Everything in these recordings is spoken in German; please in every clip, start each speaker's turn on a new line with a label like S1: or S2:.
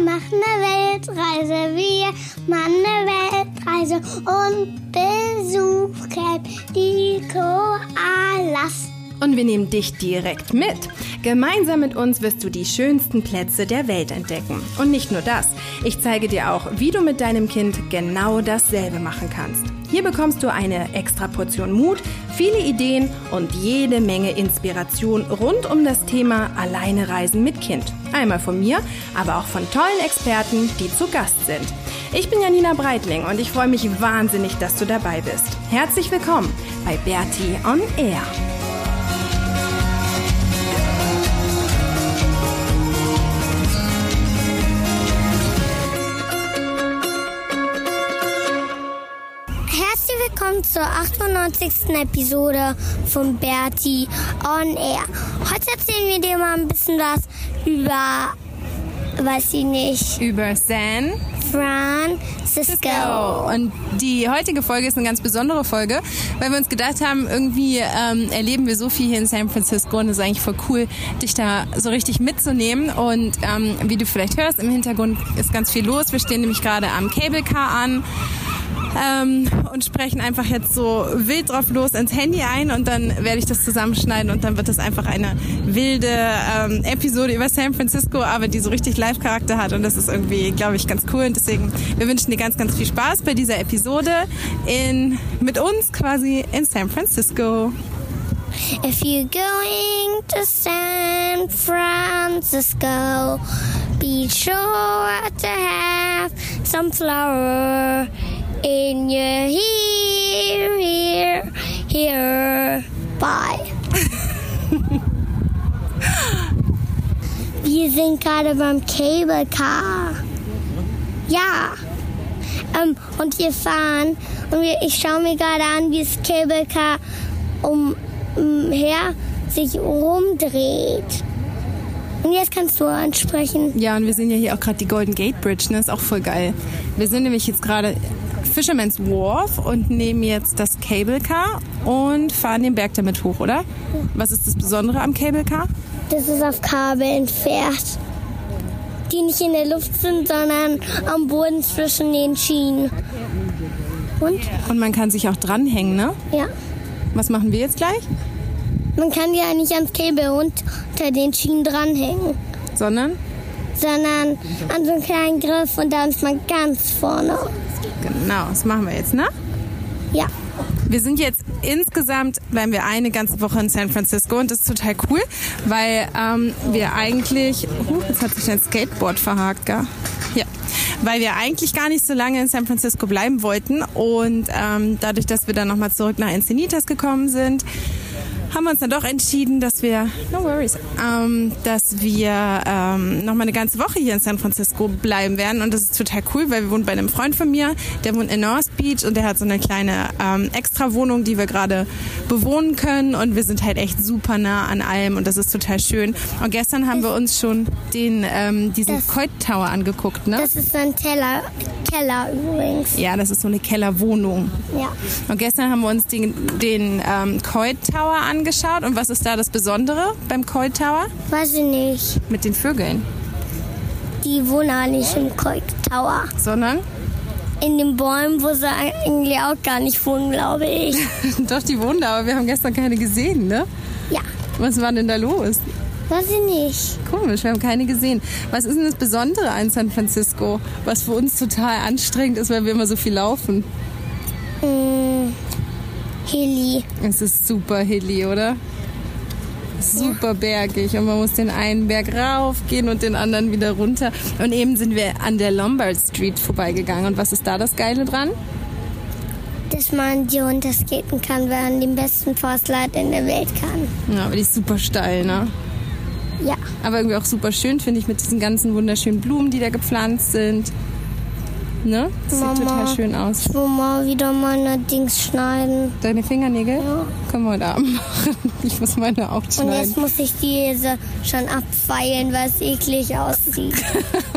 S1: machen eine Weltreise. Wir machen eine Weltreise und besuchen die Koalas.
S2: Und wir nehmen dich direkt mit. Gemeinsam mit uns wirst du die schönsten Plätze der Welt entdecken. Und nicht nur das. Ich zeige dir auch, wie du mit deinem Kind genau dasselbe machen kannst. Hier bekommst du eine extra Portion Mut, viele Ideen und jede Menge Inspiration rund um das Thema Alleine reisen mit Kind. Einmal von mir, aber auch von tollen Experten, die zu Gast sind. Ich bin Janina Breitling und ich freue mich wahnsinnig, dass du dabei bist. Herzlich willkommen bei Bertie on Air.
S1: Herzlich willkommen zur 98. Episode von Bertie on Air. Heute erzählen wir dir mal ein bisschen was über, weiß ich nicht,
S3: über San
S1: Francisco.
S3: Francisco. Und die heutige Folge ist eine ganz besondere Folge, weil wir uns gedacht haben, irgendwie ähm, erleben wir so viel hier in San Francisco und es ist eigentlich voll cool, dich da so richtig mitzunehmen. Und ähm, wie du vielleicht hörst, im Hintergrund ist ganz viel los. Wir stehen nämlich gerade am Cable Car an. Ähm, und sprechen einfach jetzt so wild drauf los ins Handy ein und dann werde ich das zusammenschneiden und dann wird das einfach eine wilde ähm, Episode über San Francisco, aber die so richtig Live-Charakter hat und das ist irgendwie, glaube ich, ganz cool und deswegen, wir wünschen dir ganz, ganz viel Spaß bei dieser Episode in, mit uns quasi in San Francisco.
S1: If you're going to San Francisco, be sure to have some flour in your hair, here, here. Bye. Wir sind gerade beim Cable Car. Ja. Ähm, und wir fahren und wir, ich schaue mir gerade an, wie das Cable Car um, umher sich rumdreht. Und jetzt kannst du ansprechen.
S3: Ja, und wir sehen ja hier auch gerade die Golden Gate Bridge, ne? Ist auch voll geil. Wir sind nämlich jetzt gerade Fisherman's Wharf und nehmen jetzt das Cable Car und fahren den Berg damit hoch, oder? Was ist das Besondere am Cable Car?
S1: Das ist auf Kabeln fährt. Die nicht in der Luft sind, sondern am Boden zwischen den Schienen. Und?
S3: Und man kann sich auch dranhängen, ne?
S1: Ja.
S3: Was machen wir jetzt gleich?
S1: Man kann ja nicht ans Cable unter den Schienen dranhängen,
S3: Sondern?
S1: sondern an so einen kleinen Griff und dann ist man ganz vorne.
S3: Genau, das machen wir jetzt, ne?
S1: Ja.
S3: Wir sind jetzt insgesamt, bleiben wir eine ganze Woche in San Francisco und das ist total cool, weil ähm, wir eigentlich, uh, jetzt hat sich dein Skateboard verhakt, gell? Ja. Weil wir eigentlich gar nicht so lange in San Francisco bleiben wollten und ähm, dadurch, dass wir dann nochmal zurück nach Encinitas gekommen sind, haben wir uns dann doch entschieden, dass wir, no worries, ähm, dass wir ähm, noch mal eine ganze Woche hier in San Francisco bleiben werden. Und das ist total cool, weil wir wohnen bei einem Freund von mir, der wohnt in North Beach und der hat so eine kleine ähm, Extra-Wohnung, die wir gerade bewohnen können. Und wir sind halt echt super nah an allem und das ist total schön. Und gestern haben wir uns schon den, ähm, diesen
S1: Das-
S3: Coit Tower angeguckt, ne?
S1: Das ist ein Teller, Keller übrigens.
S3: ja, das ist so eine Kellerwohnung.
S1: Ja.
S3: Und gestern haben wir uns den, den ähm, Coit Tower angeschaut. Und was ist da das Besondere beim Coit Tower?
S1: Weiß ich nicht.
S3: Mit den Vögeln,
S1: Die wohnen auch nicht im Coit Tower.
S3: sondern
S1: In den Bäumen, wo sie eigentlich auch gar nicht wohnen, glaube ich.
S3: doch die wohnen da, aber wir haben gestern keine gesehen, ne?
S1: Ja.
S3: Was war denn da los?
S1: Weiß ich nicht.
S3: Komisch, wir haben keine gesehen. Was ist denn das Besondere an San Francisco, was für uns total anstrengend ist, weil wir immer so viel laufen?
S1: Heli.
S3: Es ist super hilly, oder? Super bergig und man muss den einen Berg raufgehen und den anderen wieder runter. Und eben sind wir an der Lombard Street vorbeigegangen. Und was ist da das Geile dran?
S1: Dass man die runterskaten kann, wenn man den besten Forstler in der Welt kann.
S3: Ja, aber die ist super steil, ne?
S1: Ja.
S3: Aber irgendwie auch super schön, finde ich, mit diesen ganzen wunderschönen Blumen, die da gepflanzt sind. Ne? Das
S1: Mama.
S3: sieht total schön aus.
S1: Ich will mal wieder meine Dings schneiden.
S3: Deine Fingernägel
S1: Ja.
S3: können wir heute Abend machen. Ich muss meine auch
S1: Und
S3: schneiden.
S1: jetzt muss ich diese schon abfeilen, weil es eklig aussieht.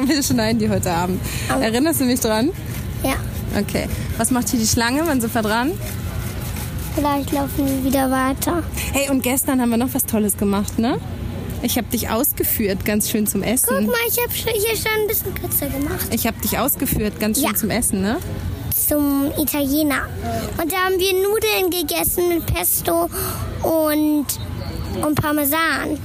S3: Wir schneiden die heute Abend. Erinnerst du mich dran?
S1: ja.
S3: Okay. Was macht hier die Schlange? Wann sind wir dran?
S1: Vielleicht laufen wir wieder weiter.
S3: Hey, und gestern haben wir noch was Tolles gemacht, ne? Ich habe dich ausgeführt, ganz schön zum
S1: Guck
S3: Essen.
S1: mal, ich habe hier schon ein bisschen kürzer gemacht.
S3: Ich habe dich ausgeführt, ganz schön
S1: Ja.
S3: zum Essen, ne?
S1: Zum Italiener. Und da haben wir Nudeln gegessen mit Pesto und, und Parmesan.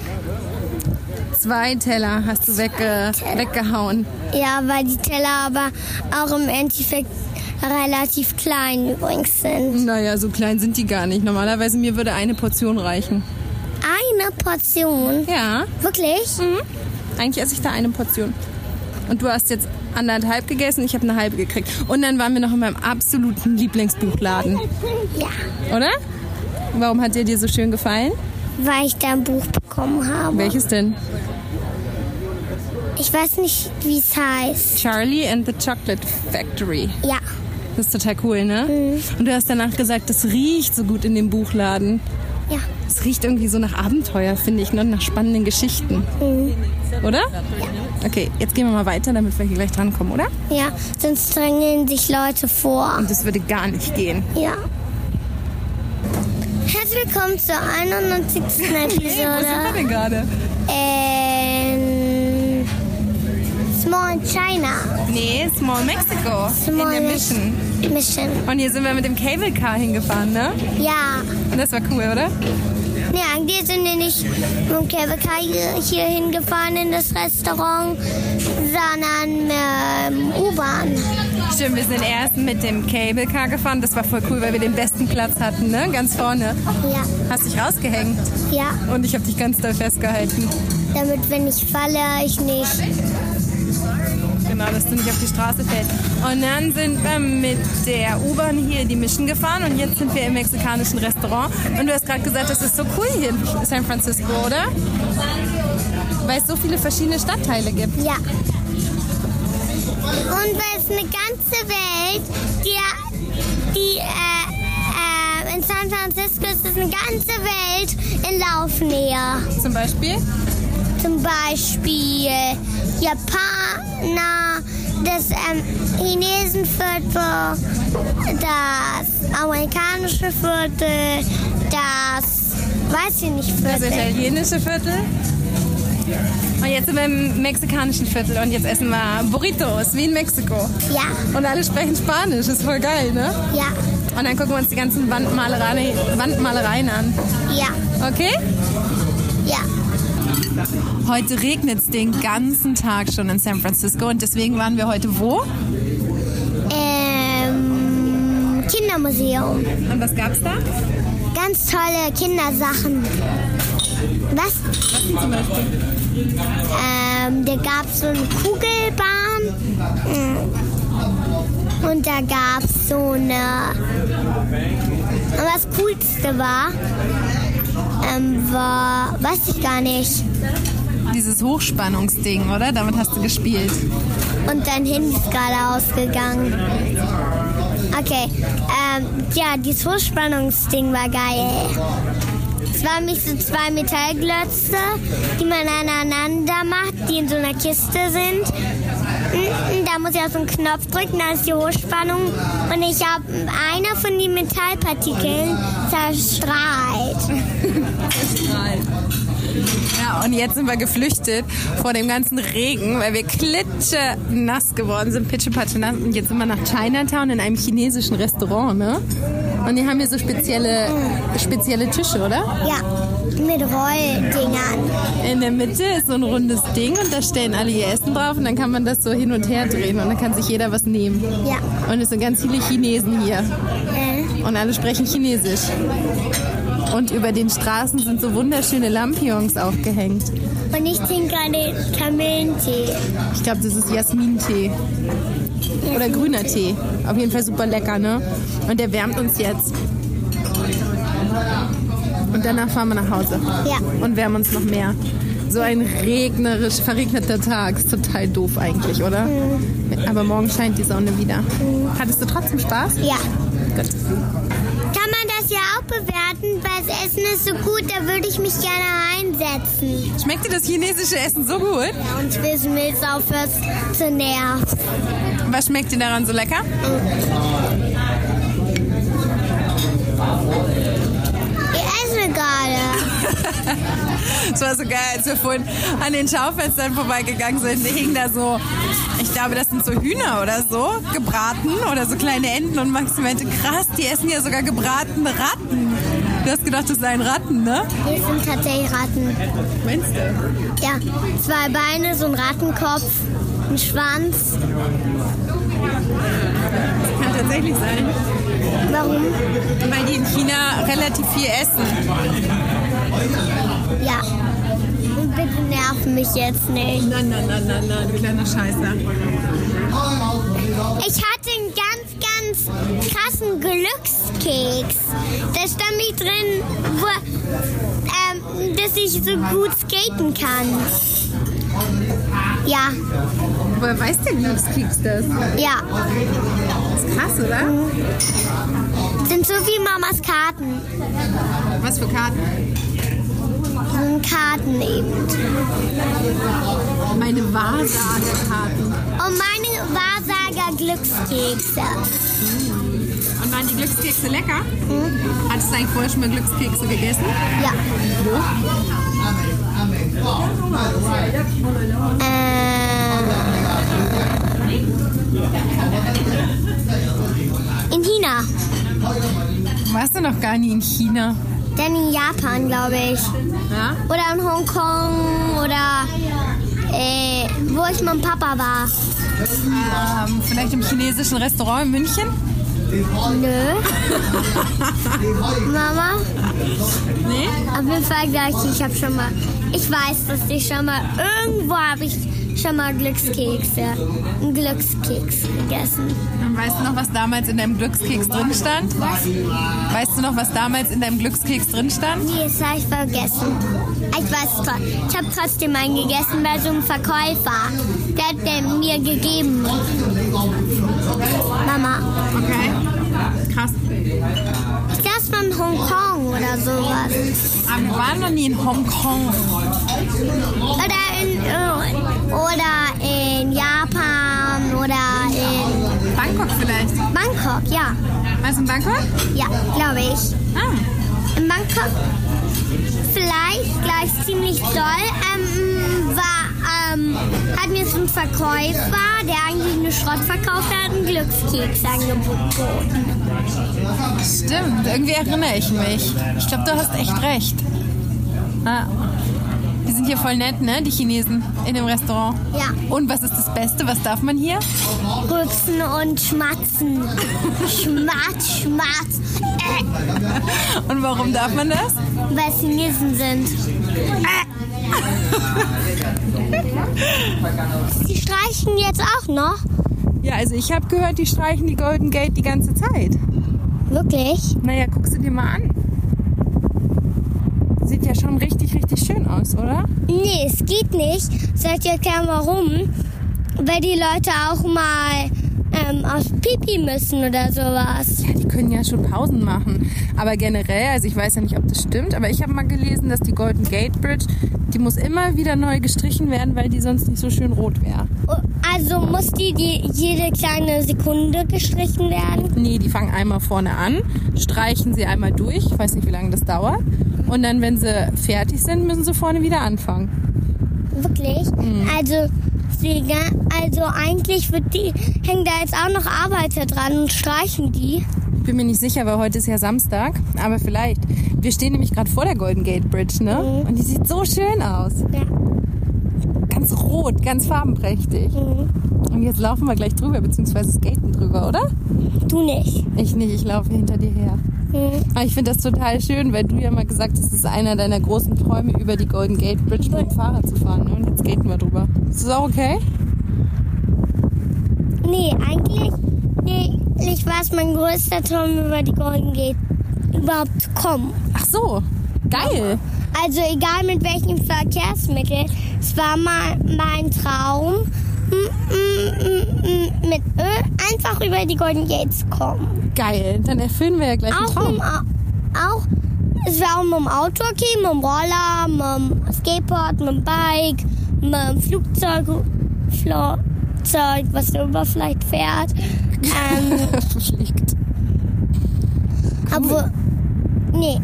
S3: Zwei Teller hast du wegge weggehauen.
S1: Ja, weil die Teller aber auch im Endeffekt relativ klein übrigens sind.
S3: Naja, so klein sind die gar nicht. Normalerweise mir würde eine Portion reichen.
S1: Eine Portion.
S3: Ja,
S1: Wirklich?
S3: eigentlich esse ich da eine Portion. Und du hast jetzt anderthalb gegessen, ich habe eine halbe gekriegt. Und dann waren wir noch in meinem absoluten Lieblingsbuchladen,
S1: Ja,
S3: oder? Warum hat der dir so schön gefallen?
S1: weil ich da ein Buch bekommen habe.
S3: Welches denn?
S1: Ich weiß nicht, wie es heißt.
S3: Charlie and the Chocolate Factory.
S1: Ja,
S3: Das ist total cool, ne? Und du hast danach gesagt, das riecht so gut in dem Buchladen.
S1: ja,
S3: Es riecht irgendwie so nach Abenteuer, finde ich, ne? nach spannenden Geschichten. Oder? Okay, jetzt gehen wir mal weiter, damit wir hier gleich drankommen, oder?
S1: ja. Sonst drängeln sich Leute vor.
S3: Das würde gar nicht gehen.
S1: Ja. Herzlich willkommen zur 91. Episode
S3: denn gerade?
S1: in Small China.
S3: Nee, Small Mexico.
S1: Small
S3: in der Mission.
S1: Mission.
S3: Und hier sind wir mit dem Cable Car hingefahren, ne?
S1: Ja.
S3: Und das war cool, oder?
S1: Nee, eigentlich sind wir nicht mit dem Käferkai hier hingefahren in das Restaurant, sondern ähm, U-Bahn.
S3: Stimmt, wir sind erst mit dem Cable Car gefahren. Das war voll cool, weil wir den besten Platz hatten, ne? Ganz vorne.
S1: Ja,
S3: Hast dich rausgehängt.
S1: ja,
S3: Und ich habe dich ganz doll festgehalten.
S1: damit wenn ich falle, ich nicht.
S3: Genau, dass du nicht auf die Straße fällst. Und dann sind wir mit der U-Bahn hier in die Mission gefahren und jetzt sind wir im mexikanischen Restaurant. Und du hast gerade gesagt, das ist so cool hier in San Francisco, oder? Weil es so viele verschiedene Stadtteile gibt.
S1: Ja. Und weil es eine ganze Welt, die, die äh, äh, in San Francisco ist es eine ganze Welt in Laufnähe.
S3: Zum Beispiel?
S1: Zum Beispiel Japaner, das ähm, Chinesenviertel, das amerikanische Viertel, das weiß ich nicht
S3: Das
S1: Viertel.
S3: italienische Viertel. Und jetzt sind wir im mexikanischen Viertel und jetzt essen wir Burritos, wie in Mexiko.
S1: Ja,
S3: Und alle sprechen Spanisch, ist voll geil, ne?
S1: ja,
S3: Und dann gucken wir uns die ganzen Wandmalerei, Wandmalereien an.
S1: ja,
S3: Okay?
S1: ja.
S3: Heute regnet es den ganzen Tag schon in San Francisco und deswegen waren wir heute wo?
S1: Ähm, Kindermuseum.
S3: Und was gab's da?
S1: Ganz tolle Kindersachen. Was? Ähm, da gab es so eine Kugelbahn. Mm. Und da gab es so eine. Und das Coolste war, ähm, war, weiß ich gar nicht.
S3: Dieses Hochspannungsding, oder? Damit hast du gespielt.
S1: Und dein Handy ist gerade ausgegangen. Okay. Ähm, ja, dieses Hochspannungsding war geil. Es waren mich so zwei Metallglötze, die man aneinander macht, die in so einer Kiste sind. Mm, mm, Da muss ich auf so einen Knopf drücken, da ist die Hochspannung. Und ich habe einer von den Metallpartikeln zerstrahlt.
S3: Ja, und jetzt sind wir geflüchtet vor dem ganzen Regen, weil wir klitsche nass geworden sind, pitschepatsche nass. Und jetzt sind wir nach Chinatown in einem chinesischen Restaurant, ne? Und die haben hier so spezielle, spezielle Tische, oder?
S1: Ja, mit Rolldingern.
S3: In der Mitte ist so ein rundes Ding und da stellen alle ihr Essen drauf und dann kann man das so hin und her drehen und dann kann sich jeder was nehmen.
S1: Ja.
S3: Und es sind ganz viele Chinesen hier.
S1: Äh,
S3: Und alle sprechen Chinesisch. Und über den Straßen sind so wunderschöne Lampions aufgehängt.
S1: Und ich trinke gerade Kamillentee.
S3: Ich glaube, das ist Jasmintee. Oder grüner Tee. Auf jeden Fall super lecker, ne? Und der wärmt uns jetzt. Und danach fahren wir nach Hause.
S1: Ja.
S3: Und wärmen uns noch mehr. So ein regnerisch verregneter Tag. Ist total doof eigentlich, oder? Aber morgen scheint die Sonne wieder. Hattest du trotzdem Spaß?
S1: Ja.
S3: Gut.
S1: Kann man das ja auch bewerten, weil das Essen ist so gut, da würde ich mich gerne einsetzen.
S3: Schmeckt dir das chinesische Essen so gut?
S1: Ja, und ich will es mir jetzt aufhört zu nerven.
S3: Was schmeckt dir daran so lecker?
S1: Ich esse gerade.
S3: Es war so geil, als wir vorhin an den Schaufenstern vorbeigegangen sind. Die hingen da so, ich glaube, das sind so Hühner oder so, gebraten oder so kleine Enten. Und Max meinte, krass, die essen ja sogar gebratene Ratten. Du hast gedacht, das seien Ratten, ne?
S1: Hier sind tatsächlich Ratten.
S3: Meinst du?
S1: Ja, zwei Beine, so ein Rattenkopf, ein Schwanz.
S3: Kann tatsächlich sein.
S1: Warum?
S3: Weil die in China relativ viel essen.
S1: Ja. Und bitte nerv mich jetzt nicht.
S3: Na, na, na, na, na, du kleiner Scheißer.
S1: Ich hatte einen ganz, ganz krassen Glückskeks. Da stand ich drin, wo, ähm, dass ich so gut skaten kann. Ja,
S2: Woher weiß denn Glückskeks das?
S1: ja.
S2: Krass, oder?
S1: Sind so wie Mamas Karten.
S2: Was für Karten?
S1: So Karten eben.
S2: Meine Wahrsagekarten.
S1: Und meine Wahrsager Glückskekse.
S3: Und waren die Glückskekse lecker? Hattest du eigentlich vorher schon mal Glückskekse gegessen?
S1: Ja. Äh, in China.
S3: Warst du noch gar nie in China?
S1: Dann in Japan, glaube ich.
S3: Ja?
S1: Oder in Hongkong oder äh, wo ich mit dem Papa war.
S3: Ähm, vielleicht im chinesischen Restaurant in München?
S1: Nö. Mama,
S3: Nee.
S1: auf jeden Fall gleich. Ich habe schon mal. Ich weiß, dass ich schon mal irgendwo habe ich schon mal Glückskekse, einen Glückskeks gegessen.
S3: Und weißt du noch, was damals in deinem Glückskeks drin stand? Weißt du noch, was damals in deinem Glückskeks drin stand?
S1: Nee, das habe ich vergessen. Ah, Ich weiß es tro- Ich habe trotzdem einen gegessen bei so einem Verkäufer. Der hat den mir gegeben. Mama,
S3: Okay. Krass.
S1: ich das von Hongkong oder sowas.
S3: Aber wir waren noch nie in Hongkong.
S1: Oder in, äh, oder in Japan oder in
S3: Bangkok vielleicht.
S1: Bangkok, ja.
S3: Warst du in Bangkok?
S1: Ja, glaube ich.
S3: Ah.
S1: In Bangkok vielleicht gleich ziemlich doll. Ähm, war, ähm, hat mir so ein Verkäufer, der eigentlich nur Schrott verkauft hat, einen Glückskeks angeboten.
S3: Stimmt, irgendwie erinnere ich mich. Ich glaube, du hast echt recht. Ah. Die sind hier voll nett, ne? Die Chinesen in dem Restaurant.
S1: Ja.
S3: Und was ist das Beste? Was darf man hier?
S1: Rüpfen und schmatzen. Schmatz, schmatz. Äh,
S3: Und warum darf man das?
S1: weil es Chinesen sind. Äh. Sie streichen jetzt auch noch?
S3: Ja, also ich habe gehört, die streichen die Golden Gate die ganze Zeit.
S1: Wirklich?
S3: Naja, guckst du dir mal an. Sieht ja schon richtig, richtig schön aus, oder?
S1: Nee, es geht nicht. Soll ich dir erklären, warum? Weil die Leute auch mal ähm, aufs Pipi müssen oder sowas.
S3: Ja, die können ja schon Pausen machen. Aber generell, also ich weiß ja nicht, ob das stimmt, aber ich habe mal gelesen, dass die Golden Gate Bridge, die muss immer wieder neu gestrichen werden, weil die sonst nicht so schön rot wäre.
S1: Oh, Also muss die, die jede kleine Sekunde gestrichen werden?
S3: Nee, die fangen einmal vorne an, streichen sie einmal durch, ich weiß nicht, wie lange das dauert. Und dann, wenn sie fertig sind, müssen sie vorne wieder anfangen.
S1: Wirklich? Also, sie, ga- also eigentlich wird die, hängen da jetzt auch noch Arbeiter dran und streichen die.
S3: Ich bin mir nicht sicher, weil heute ist ja Samstag, aber vielleicht. Wir stehen nämlich gerade vor der Golden Gate Bridge, ne? Und die sieht so schön aus.
S1: Ja.
S3: Ganz rot, ganz farbenprächtig. Und jetzt laufen wir gleich drüber, beziehungsweise skaten drüber, oder?
S1: Du nicht.
S3: Ich nicht, ich laufe hinter dir her.
S1: Hm.
S3: Aber ich finde das total schön, weil du ja mal gesagt hast, es ist einer deiner großen Träume, über die Golden Gate Bridge mit dem Fahrrad zu fahren. Ne? Und jetzt skaten wir drüber. Ist das auch okay?
S1: Nee, eigentlich, nee, ich war es mein größter Traum, über die Golden Gate überhaupt zu kommen.
S3: Ach so, geil.
S1: Also egal mit welchem Verkehrsmittel, es war mal mein Traum, m- m- m- m- mit Öl einfach über die Golden Gate zu kommen.
S3: Geil, dann erfüllen wir ja gleich einen
S1: Auch, mit,
S3: Traum.
S1: dem Au- auch es war auch mit dem Auto okay, mit dem Roller, mit dem Skateboard, mit dem Bike, mit dem Flugzeug, Flugzeug, was darüber vielleicht fährt. Ähm,
S3: Schlicht.
S1: Aber nee.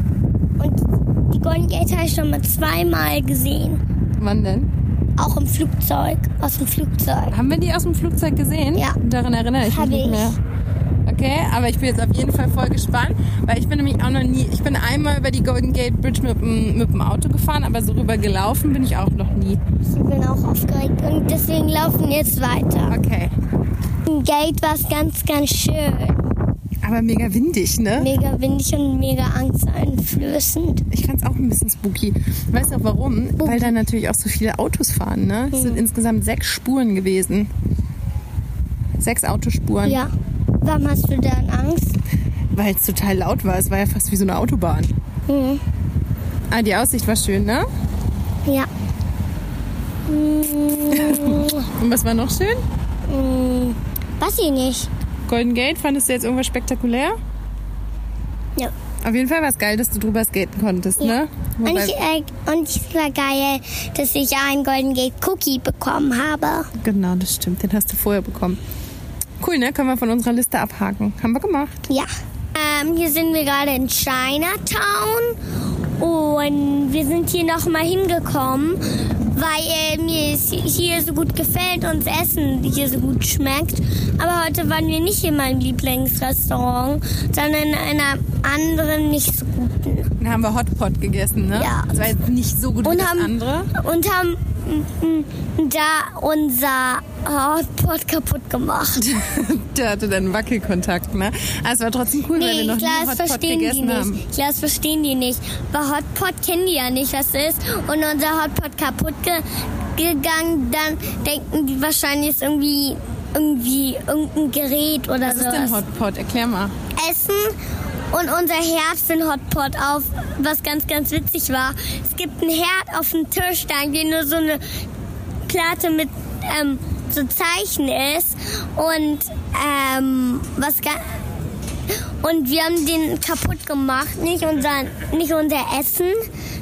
S1: Und Die Golden Gate habe ich schon mal zweimal gesehen.
S3: Wann denn?
S1: Auch im Flugzeug, aus dem Flugzeug.
S3: Haben wir die aus dem Flugzeug gesehen?
S1: Ja.
S3: Daran erinnere ich mich
S1: Habe
S3: nicht
S1: ich.
S3: mehr. Okay, aber ich bin jetzt auf jeden Fall voll gespannt, weil ich bin nämlich auch noch nie, ich bin einmal über die Golden Gate Bridge mit, dem- mit dem Auto gefahren, aber so rüber gelaufen bin ich auch noch nie.
S1: Ich bin auch aufgeregt und deswegen laufen wir jetzt weiter.
S3: Okay.
S1: Im Gate war es ganz, ganz schön.
S3: Aber mega windig, ne?
S1: Mega windig und mega angsteinflößend.
S3: Ich fand's auch ein bisschen spooky. Weißt du auch warum? Weil da natürlich auch so viele Autos fahren, ne? Es
S1: Hm.
S3: sind insgesamt sechs Spuren gewesen. Sechs Autospuren.
S1: Ja. Warum hast du dann Angst?
S3: Weil es total laut war. Es war ja fast wie so eine Autobahn.
S1: Mhm.
S3: Ah, die Aussicht war schön, ne?
S1: Ja.
S3: Und was war noch schön?
S1: Hm, weiß ich nicht.
S3: Golden Gate, fandest du jetzt irgendwas spektakulär?
S1: Ja.
S3: Auf jeden Fall war es geil, dass du drüber skaten konntest, ne?
S1: Und
S3: Wobei,
S1: ich, äh, und ich war geil, dass ich einen Golden Gate Cookie bekommen habe.
S3: genau, das stimmt. Den hast du vorher bekommen. Cool, ne? Können wir von unserer Liste abhaken. Haben wir gemacht.
S1: Ja. Ähm, hier sind wir gerade in Chinatown und wir sind hier nochmal hingekommen, weil äh, mir es hier so gut gefällt und das Essen hier so gut schmeckt. Aber heute waren wir nicht in meinem Lieblingsrestaurant, sondern in einem anderen nicht so guten.
S3: Dann haben wir Hotpot gegessen, ne?
S1: Ja.
S3: Das war jetzt nicht so gut wie
S1: Und
S3: das
S1: haben-
S3: andere.
S1: und haben mm, mm, da unser Hotpot kaputt gemacht.
S3: Der hatte dann Wackelkontakt, ne? Aber es war trotzdem cool, weil wir
S1: Nee,
S3: noch
S1: ich
S3: nie
S1: glaube, das
S3: Hotpot
S1: verstehen die
S3: gegessen haben.
S1: nicht. Ich glaube, das verstehen die nicht. Weil Hotpot kennen die ja nicht, was es ist. Und unser Hotpot kaputt ge gegangen, dann denken die wahrscheinlich ist irgendwie irgendwie irgendein Gerät oder
S3: Was
S1: so.
S3: ist denn Hotpot? Erklär mal.
S1: Essen und unser Herd für den Hotpot auf, was ganz, ganz witzig war. Es gibt einen Herd auf dem Tisch, da irgendwie nur so eine Platte mit ähm, so Zeichen ist und ähm, was ga- und wir haben den kaputt gemacht, nicht unser, nicht unser Essen,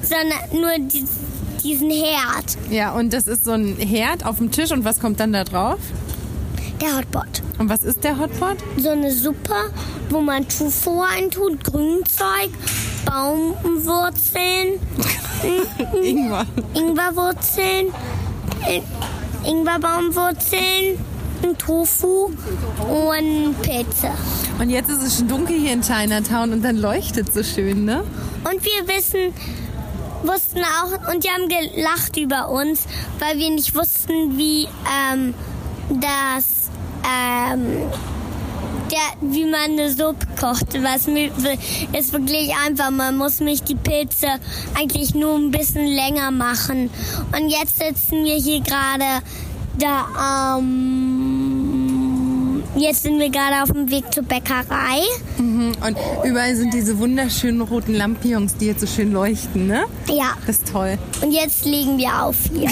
S1: sondern nur die, diesen Herd,
S3: Ja, und das ist so ein Herd auf dem Tisch und was kommt dann da drauf?
S1: der Hotpot.
S3: Und was ist der Hotpot?
S1: so eine Suppe, wo man Tofu reintut, Grünzeug, Baumwurzeln, Hm.
S3: Ingwer.
S1: Ingwerwurzeln, äh, Ingwerbaumwurzeln, ein Tofu und Pilze.
S3: Und jetzt ist es schon dunkel hier in Chinatown und dann leuchtet so schön, ne?
S1: Und wir wissen, wussten auch, und die haben gelacht über uns, weil wir nicht wussten, wie ähm, das, ähm, der, wie man eine Suppe kocht. Was mir ist wirklich einfach. Man muss mich die Pilze eigentlich nur ein bisschen länger machen. Und jetzt sitzen wir hier gerade da. Ähm, jetzt sind wir gerade auf dem Weg zur Bäckerei.
S3: Mhm. Und überall sind diese wunderschönen roten Lampions, die jetzt so schön leuchten, ne?
S1: Ja.
S3: Das ist toll.
S1: Und jetzt legen wir auf hier.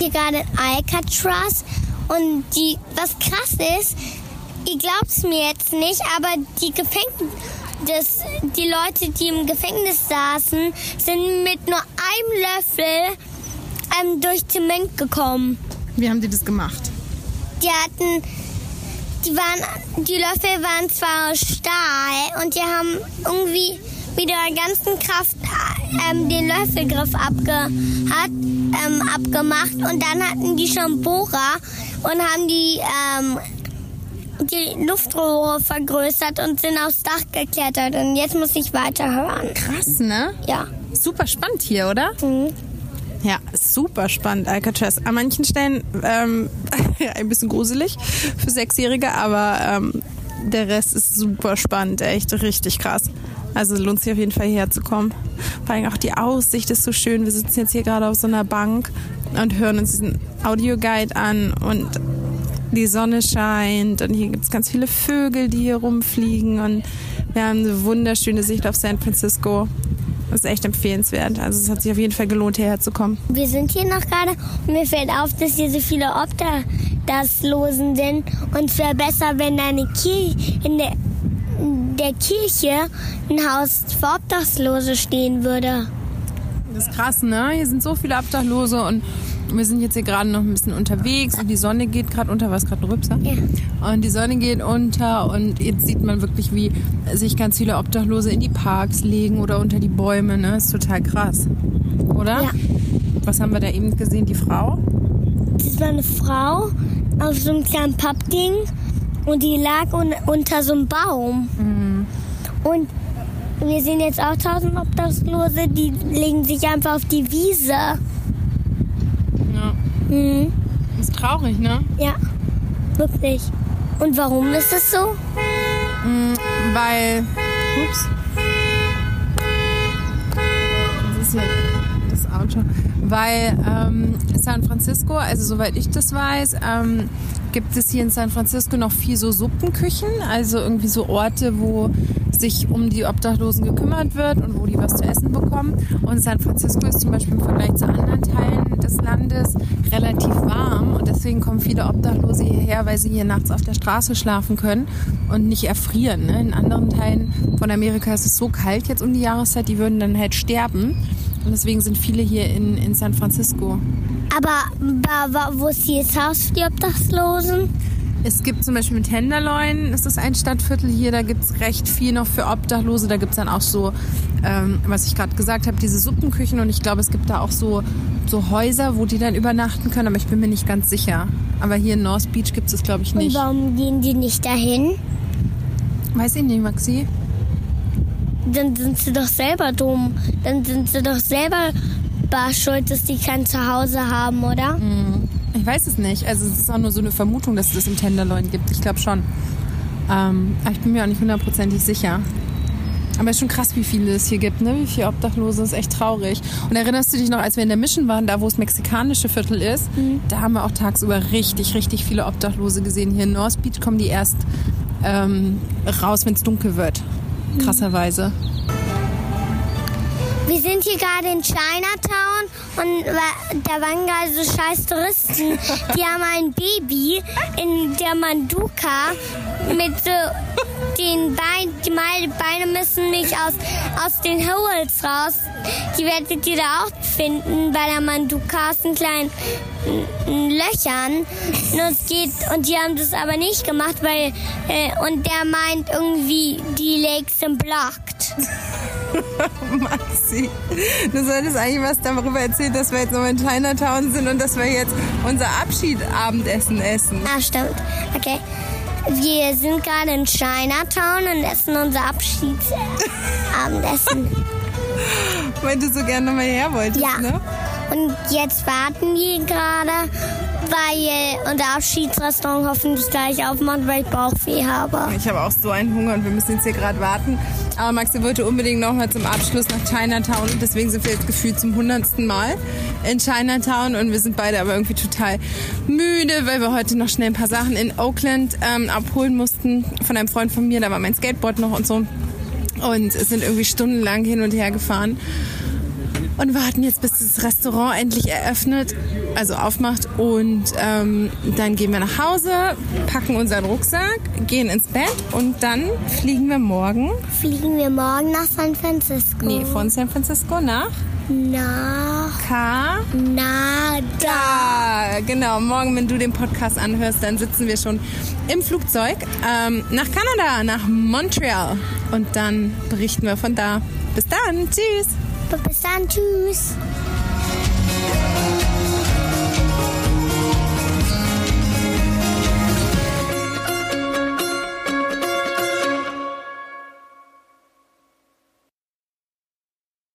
S1: hier gerade in Alcatraz. Und die, was krass ist, ihr glaubt es mir jetzt nicht, aber die Gefängnis, das, die Leute, die im Gefängnis saßen, sind mit nur einem Löffel ähm, durch Zement gekommen.
S3: Wie haben die das gemacht?
S1: Die hatten, die waren, die Löffel waren zwar aus Stahl und die haben irgendwie mit ihrer ganzen Kraft ähm, den Löffelgriff abge, hat, ähm, abgemacht und dann hatten die schon Bohrer und haben die, ähm, die Luftrohre vergrößert und sind aufs Dach geklettert und jetzt muss ich weiterhören.
S3: Krass, ne?
S1: Ja. Mhm.
S3: Super spannend hier, oder? Ja, super spannend, Alcatraz. An manchen Stellen ähm, ein bisschen gruselig für Sechsjährige, aber ähm, der Rest ist super spannend, echt richtig krass. Also lohnt sich auf jeden Fall hierher zu kommen. Vor allem auch die Aussicht ist so schön. Wir sitzen jetzt hier gerade auf so einer Bank und hören uns diesen Audioguide an und die Sonne scheint und hier gibt es ganz viele Vögel, die hier rumfliegen und wir haben eine wunderschöne Sicht auf San Francisco. Das ist echt empfehlenswert. Also es hat sich auf jeden Fall gelohnt, hierher zu kommen.
S1: Wir sind hier noch gerade und mir fällt auf, dass hier so viele Obdachlosen sind. Und es wäre besser, wenn eine Kir in, der, in der Kirche ein Haus für Obdachlose stehen würde.
S3: Das ist krass, ne? Hier sind so viele Obdachlose und Wir sind jetzt hier gerade noch ein bisschen unterwegs und die Sonne geht gerade unter. Was gerade ein Rübser?
S1: Ja.
S3: Und die Sonne geht unter und jetzt sieht man wirklich, wie sich ganz viele Obdachlose in die Parks legen oder unter die Bäume. Ne? Ist total krass, oder?
S1: Ja.
S3: Was haben wir da eben gesehen? Die Frau?
S1: Das war eine Frau auf so einem kleinen Pappding und die lag un unter so einem Baum. Und wir sehen jetzt auch tausend Obdachlose, die legen sich einfach auf die Wiese.
S3: Ja.
S1: Mhm.
S3: Ist traurig, ne?
S1: Ja, wirklich. Und warum ist es so?
S3: Weil. Äh, Ups. Das ist hier das Auto. Weil ähm, San Francisco, also soweit ich das weiß, ähm, gibt es hier in San Francisco noch viel so Suppenküchen, also irgendwie so Orte, wo sich um die Obdachlosen gekümmert wird und wo die was zu essen bekommen. Und San Francisco ist zum Beispiel im Vergleich zu anderen Teilen des Landes relativ warm und deswegen kommen viele Obdachlose hierher, weil sie hier nachts auf der Straße schlafen können und nicht erfrieren. Ne? In anderen Teilen von Amerika ist es so kalt jetzt um die Jahreszeit, die würden dann halt sterben. Und deswegen sind viele hier in, in San Francisco.
S1: Aber, aber wo ist dieses Haus für die Obdachlosen?
S3: Es gibt zum Beispiel mit Tenderloin, ist das ein Stadtviertel hier, da gibt es recht viel noch für Obdachlose. Da gibt es dann auch so, ähm, was ich gerade gesagt habe, diese Suppenküchen und ich glaube, es gibt da auch so, so Häuser, wo die dann übernachten können, aber ich bin mir nicht ganz sicher. Aber hier in North Beach gibt es das, glaube ich,
S1: Und
S3: nicht.
S1: warum gehen die nicht dahin?
S3: Weiß ich nicht, Maxi.
S1: Dann sind sie doch selber dumm. Dann sind sie doch selber bar schuld, dass die kein Zuhause haben, oder?
S3: Ich weiß es nicht. Also es ist auch nur so eine Vermutung, dass es das im Tenderloin gibt. Ich glaube schon. Ähm, aber ich bin mir auch nicht hundertprozentig sicher. Aber ist schon krass, wie viele es hier gibt, ne? Wie viele Obdachlose, ist echt traurig. Und erinnerst du dich noch, als wir in der Mission waren, da wo das mexikanische Viertel ist, da haben wir auch tagsüber richtig, richtig viele Obdachlose gesehen. Hier in North Beach kommen die erst ähm, raus, wenn es dunkel wird. Krasserweise.
S1: Wir sind hier gerade in Chinatown und wa- da waren gerade so scheiß Touristen. Die haben ein Baby in der Manduka mit so den Beinen, die meine Beine müssen nicht aus, aus den Holes raus. Die werdet ihr da auch finden bei der Manduka aus den kleinen n- n- Löchern. Nur es geht, und die haben das aber nicht gemacht, weil, äh, und der meint irgendwie, die Legs sind blockt.
S3: Maxi, du solltest eigentlich was darüber erzählen, dass wir jetzt noch in Chinatown sind und dass wir jetzt unser Abschiedabendessen essen.
S1: Ah, stimmt. Okay. Wir sind gerade in Chinatown und essen unser Abschiedsabendessen.
S3: Weil du so gerne nochmal her wolltest,
S1: ja.
S3: ne?
S1: Und jetzt warten wir gerade, weil unser Abschiedsrestaurant hoffentlich gleich aufmacht, weil ich Bauchweh habe.
S3: Ich habe auch so einen Hunger und wir müssen jetzt hier gerade warten. Aber Maxi wollte unbedingt nochmal zum Abschluss nach Chinatown. und Deswegen sind wir jetzt gefühlt zum hundertsten Mal in Chinatown und wir sind beide aber irgendwie total müde, weil wir heute noch schnell ein paar Sachen in Oakland ähm, abholen mussten von einem Freund von mir. Da war mein Skateboard noch und so. Und sind irgendwie stundenlang hin und her gefahren und warten jetzt, bis das Restaurant endlich eröffnet, also aufmacht. Und ähm, dann gehen wir nach Hause, packen unseren Rucksack, gehen ins Bett und dann fliegen wir morgen
S1: Fliegen wir morgen nach San Francisco?
S3: nee, von San Francisco nach
S1: Nach
S3: Ka.
S1: Nada.
S3: Da, genau. Morgen, wenn du den Podcast anhörst, dann sitzen wir schon im Flugzeug ähm, nach Kanada, nach Montreal. Und dann berichten wir von da. Bis dann. Tschüss.
S1: Bis dann, tschüss.